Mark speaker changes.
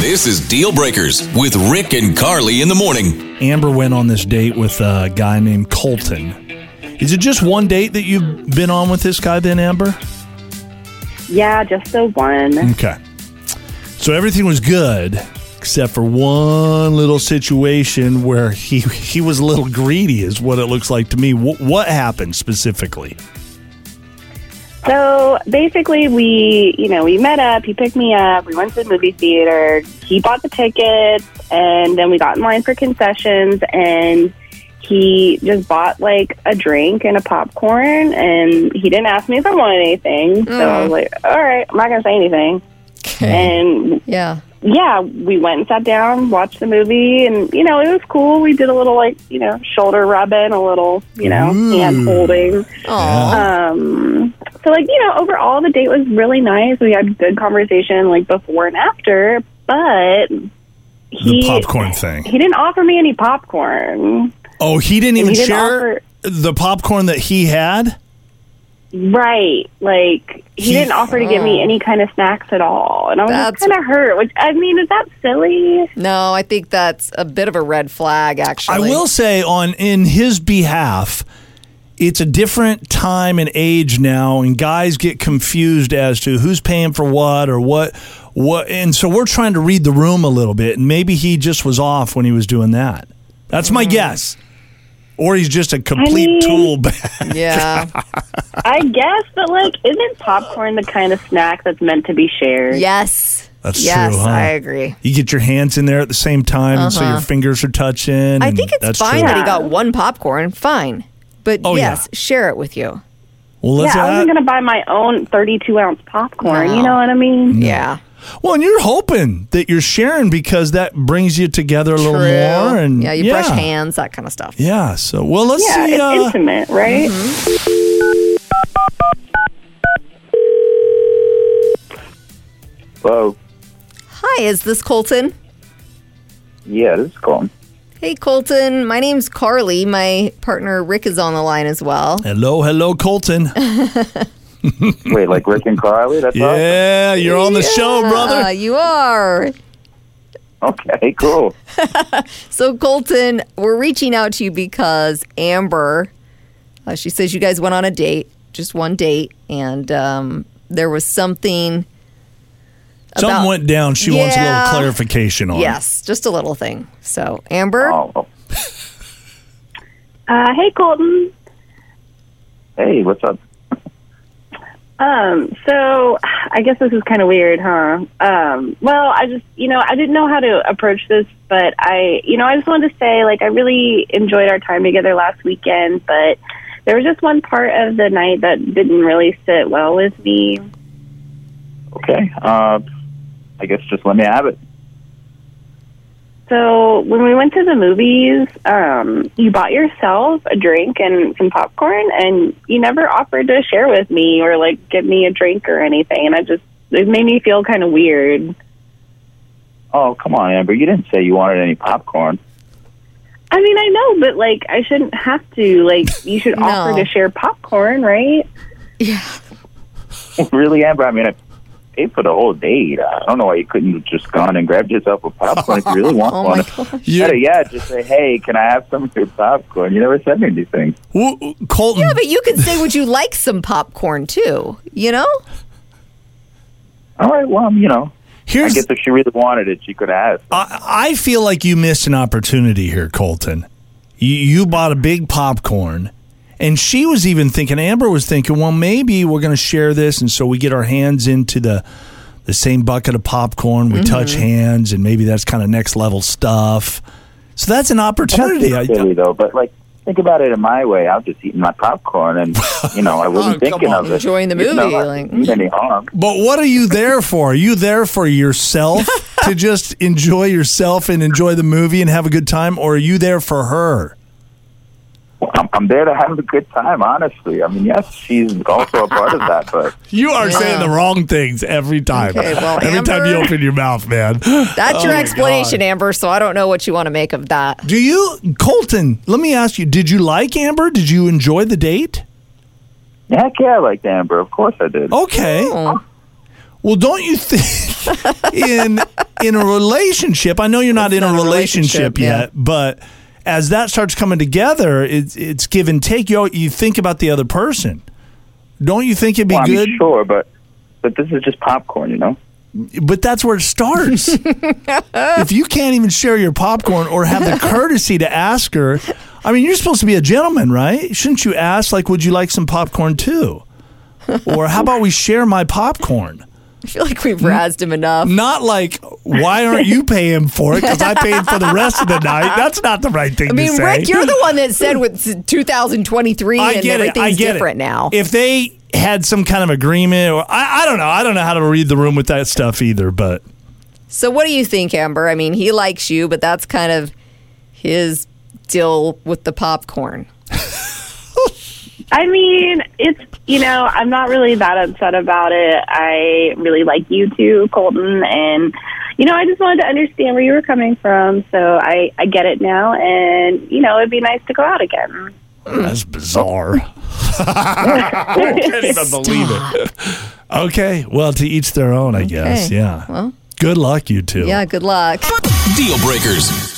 Speaker 1: This is Deal Breakers with Rick and Carly in the morning.
Speaker 2: Amber went on this date with a guy named Colton. Is it just one date that you've been on with this guy, then, Amber?
Speaker 3: Yeah, just the one.
Speaker 2: Okay. So everything was good except for one little situation where he he was a little greedy, is what it looks like to me. What, what happened specifically?
Speaker 3: So basically, we, you know, we met up. He picked me up. We went to the movie theater. He bought the tickets, and then we got in line for concessions. And he just bought like a drink and a popcorn, and he didn't ask me if I wanted anything. So I was like, "All right, I'm not gonna say anything." And
Speaker 4: Yeah.
Speaker 3: yeah, we went and sat down, watched the movie, and you know, it was cool. We did a little like, you know, shoulder rubbing, a little, you know,
Speaker 2: Ooh.
Speaker 3: hand holding.
Speaker 2: Oh.
Speaker 4: Aw.
Speaker 3: Um, so like, you know, overall the date was really nice. We had good conversation like before and after, but he
Speaker 2: the popcorn thing.
Speaker 3: he didn't offer me any popcorn.
Speaker 2: Oh, he didn't even
Speaker 3: didn't
Speaker 2: share the popcorn that he had?
Speaker 3: Right. Like he,
Speaker 2: He-
Speaker 3: didn't offer to give me any kind of snacks at all. And I was
Speaker 4: That's-
Speaker 3: kind of hurt, which I mean, is that silly?
Speaker 4: No, I think that's a bit of a red flag, actually.
Speaker 2: I will say on in his behalf, it's a different time and age now, and guys get confused as to who's paying for what or what what and so we're trying to read the room a little bit, and maybe he just was off when he was doing that. That's
Speaker 4: Mm.
Speaker 2: my guess. Or he's just a complete
Speaker 3: mean-
Speaker 2: tool bag.
Speaker 4: Yeah.
Speaker 3: I guess, but like, isn't popcorn the kind of snack that's meant to be shared?
Speaker 4: yes.
Speaker 2: That's
Speaker 4: yes,
Speaker 2: true, huh?
Speaker 4: I agree. Uh-huh.
Speaker 2: You get your hands in there at the same time, and so your fingers are touching.
Speaker 4: I
Speaker 2: and
Speaker 4: think it's
Speaker 2: Hmm, that's
Speaker 4: fine
Speaker 2: true.
Speaker 4: that he got one popcorn. Fine. But
Speaker 2: Oh,
Speaker 4: yes, share it with you.
Speaker 2: Well,
Speaker 3: Yeah,
Speaker 2: let's
Speaker 3: I
Speaker 2: add-
Speaker 3: wasn't gonna buy my own thirty-two ounce popcorn.
Speaker 4: No.
Speaker 3: You know what I mean?
Speaker 4: Yeah.
Speaker 2: Well, and you're hoping that you're sharing because that brings you together a little
Speaker 4: True.
Speaker 2: more. And
Speaker 4: yeah, you brush hands, that kind of stuff.
Speaker 2: Yeah. So, well, let's
Speaker 3: Yeah,
Speaker 2: see.
Speaker 3: it's
Speaker 2: uh,
Speaker 3: intimate, right?
Speaker 5: Hello.
Speaker 4: Hi, is this Colton?
Speaker 5: Yeah, this is Colton.
Speaker 4: Hey, Colton. My name's Carly. My partner Rick is on the line as well.
Speaker 2: hello, hello, Colton.
Speaker 5: Wait, like Rick and Carly? That's
Speaker 2: yeah, you're on the show,
Speaker 4: Uh,
Speaker 2: brother.
Speaker 4: you are.
Speaker 5: awesome. Okay, cool.
Speaker 4: So, Colton, we're reaching out to you because Amber, uh, she says you guys went on a date, just one date, and um, there was something.
Speaker 2: Something
Speaker 4: about-
Speaker 2: went down. She wants a little
Speaker 4: Yeah.
Speaker 2: clarification on.
Speaker 4: Yes, just a little thing. So, Amber,
Speaker 5: Oh,
Speaker 3: Uh, hey, Colton.
Speaker 5: hey, what's up?
Speaker 3: Um, so I guess this is kind of weird, huh? Um, well, I just, you know, I didn't know how to approach this, but I, you know, I just wanted to say, like, I really enjoyed our time together last weekend, but there was just one part of the night that didn't really sit well with me.
Speaker 5: Okay. Uh, I guess just let me have it.
Speaker 3: So when we went to the movies, um, you bought yourself a drink and some popcorn, and you never offered to share with me or like give me a drink or anything. And I just it made me feel kind of weird.
Speaker 5: Oh, come on, Amber. You didn't say you wanted any popcorn.
Speaker 3: I mean, I know, but like I shouldn't have to. Like you should
Speaker 4: No.
Speaker 3: offer to share popcorn, right?
Speaker 5: really, Amber? I mean, I paid for the whole date. I don't know why you couldn't have just gone and grabbed yourself a popcorn if you really want
Speaker 4: Oh, my
Speaker 5: one.
Speaker 4: gosh.
Speaker 2: You-
Speaker 5: Better yet, just say, hey, can I have some of your popcorn? You never said anything.
Speaker 2: W- Colton.
Speaker 4: but you could say, would you like some popcorn too? You know?
Speaker 5: All right, well, you know, I
Speaker 2: here's
Speaker 5: guess if she really wanted it, she could ask.
Speaker 2: I, I feel like you missed an opportunity here, Colton. You, you bought a big popcorn, and she was even thinking, Amber was thinking, well, maybe we're going to share this, and so we get our hands into the the same bucket of popcorn, we touch hands, and maybe that's kind of next level stuff. So that's an opportunity. I,
Speaker 5: That's silly though, but like think about it in my way. I was just eating my popcorn, and you know I wasn't
Speaker 2: Oh, come
Speaker 5: thinking
Speaker 2: on.
Speaker 5: of it.
Speaker 4: Enjoying the
Speaker 5: You know,
Speaker 4: movie,
Speaker 5: I
Speaker 4: like- mm.
Speaker 5: didn't mean any harm.
Speaker 2: but what are you there for? Are you there for yourself to just enjoy yourself and enjoy the movie and have a good time, or are you there for her?
Speaker 5: I'm, I'm there to have a good time, honestly. I mean, yes, she's also a part of that, but
Speaker 2: You are
Speaker 4: Yeah.
Speaker 2: saying the wrong things every time.
Speaker 4: Okay, well,
Speaker 2: every time you
Speaker 4: Amber-
Speaker 2: open your mouth, man.
Speaker 4: That's
Speaker 2: Oh
Speaker 4: your
Speaker 2: my
Speaker 4: explanation,
Speaker 2: God.
Speaker 4: Amber. So I don't know what you want to make of that.
Speaker 2: Do you, Colton? Let me ask you: Did you like Amber? Did you enjoy the date?
Speaker 5: heck yeah, I liked Amber. Of course I did.
Speaker 2: Okay.
Speaker 4: Oh.
Speaker 2: Well, don't you think? in in a relationship, I know you're not in
Speaker 4: not
Speaker 2: a
Speaker 4: a
Speaker 2: relationship,
Speaker 4: relationship, yeah.
Speaker 2: yet, but as that starts coming together, it's it's give and take. You al- you think about the other person. Don't you think it'd be
Speaker 5: Well, I
Speaker 2: good?
Speaker 5: mean, sure, but but this is just popcorn, you know.
Speaker 2: But that's where it starts. if you can't even share your popcorn or have the courtesy to ask her, I mean, you're supposed to be a gentleman, right? Shouldn't you ask, like, would you like some popcorn too? Or how about we share my popcorn?
Speaker 4: I feel like we've razzed him enough.
Speaker 2: Not like, why aren't you paying for it? Because I paid for the rest of the night. That's not the right thing
Speaker 4: I mean,
Speaker 2: to say.
Speaker 4: Rick, you're the one that said with 2023 and everything's different now.
Speaker 2: If they had some kind of agreement, or I, I don't know, I don't know how to read the room with that stuff either, but.
Speaker 4: so, what do you think, Amber? I mean, he likes you, but that's kind of his deal with the popcorn.
Speaker 3: I mean, it's you know, I'm not really that upset about it. I really like you too, Colton, and you know, I just wanted to understand where you were coming from, so I I get it now, and you know, it'd be nice to go out again.
Speaker 2: That's bizarre. I can't even believe it. Okay, well, to each their own, I guess.
Speaker 4: Okay,
Speaker 2: Yeah. Well, good luck, you two.
Speaker 4: Yeah, good luck.
Speaker 1: Deal breakers.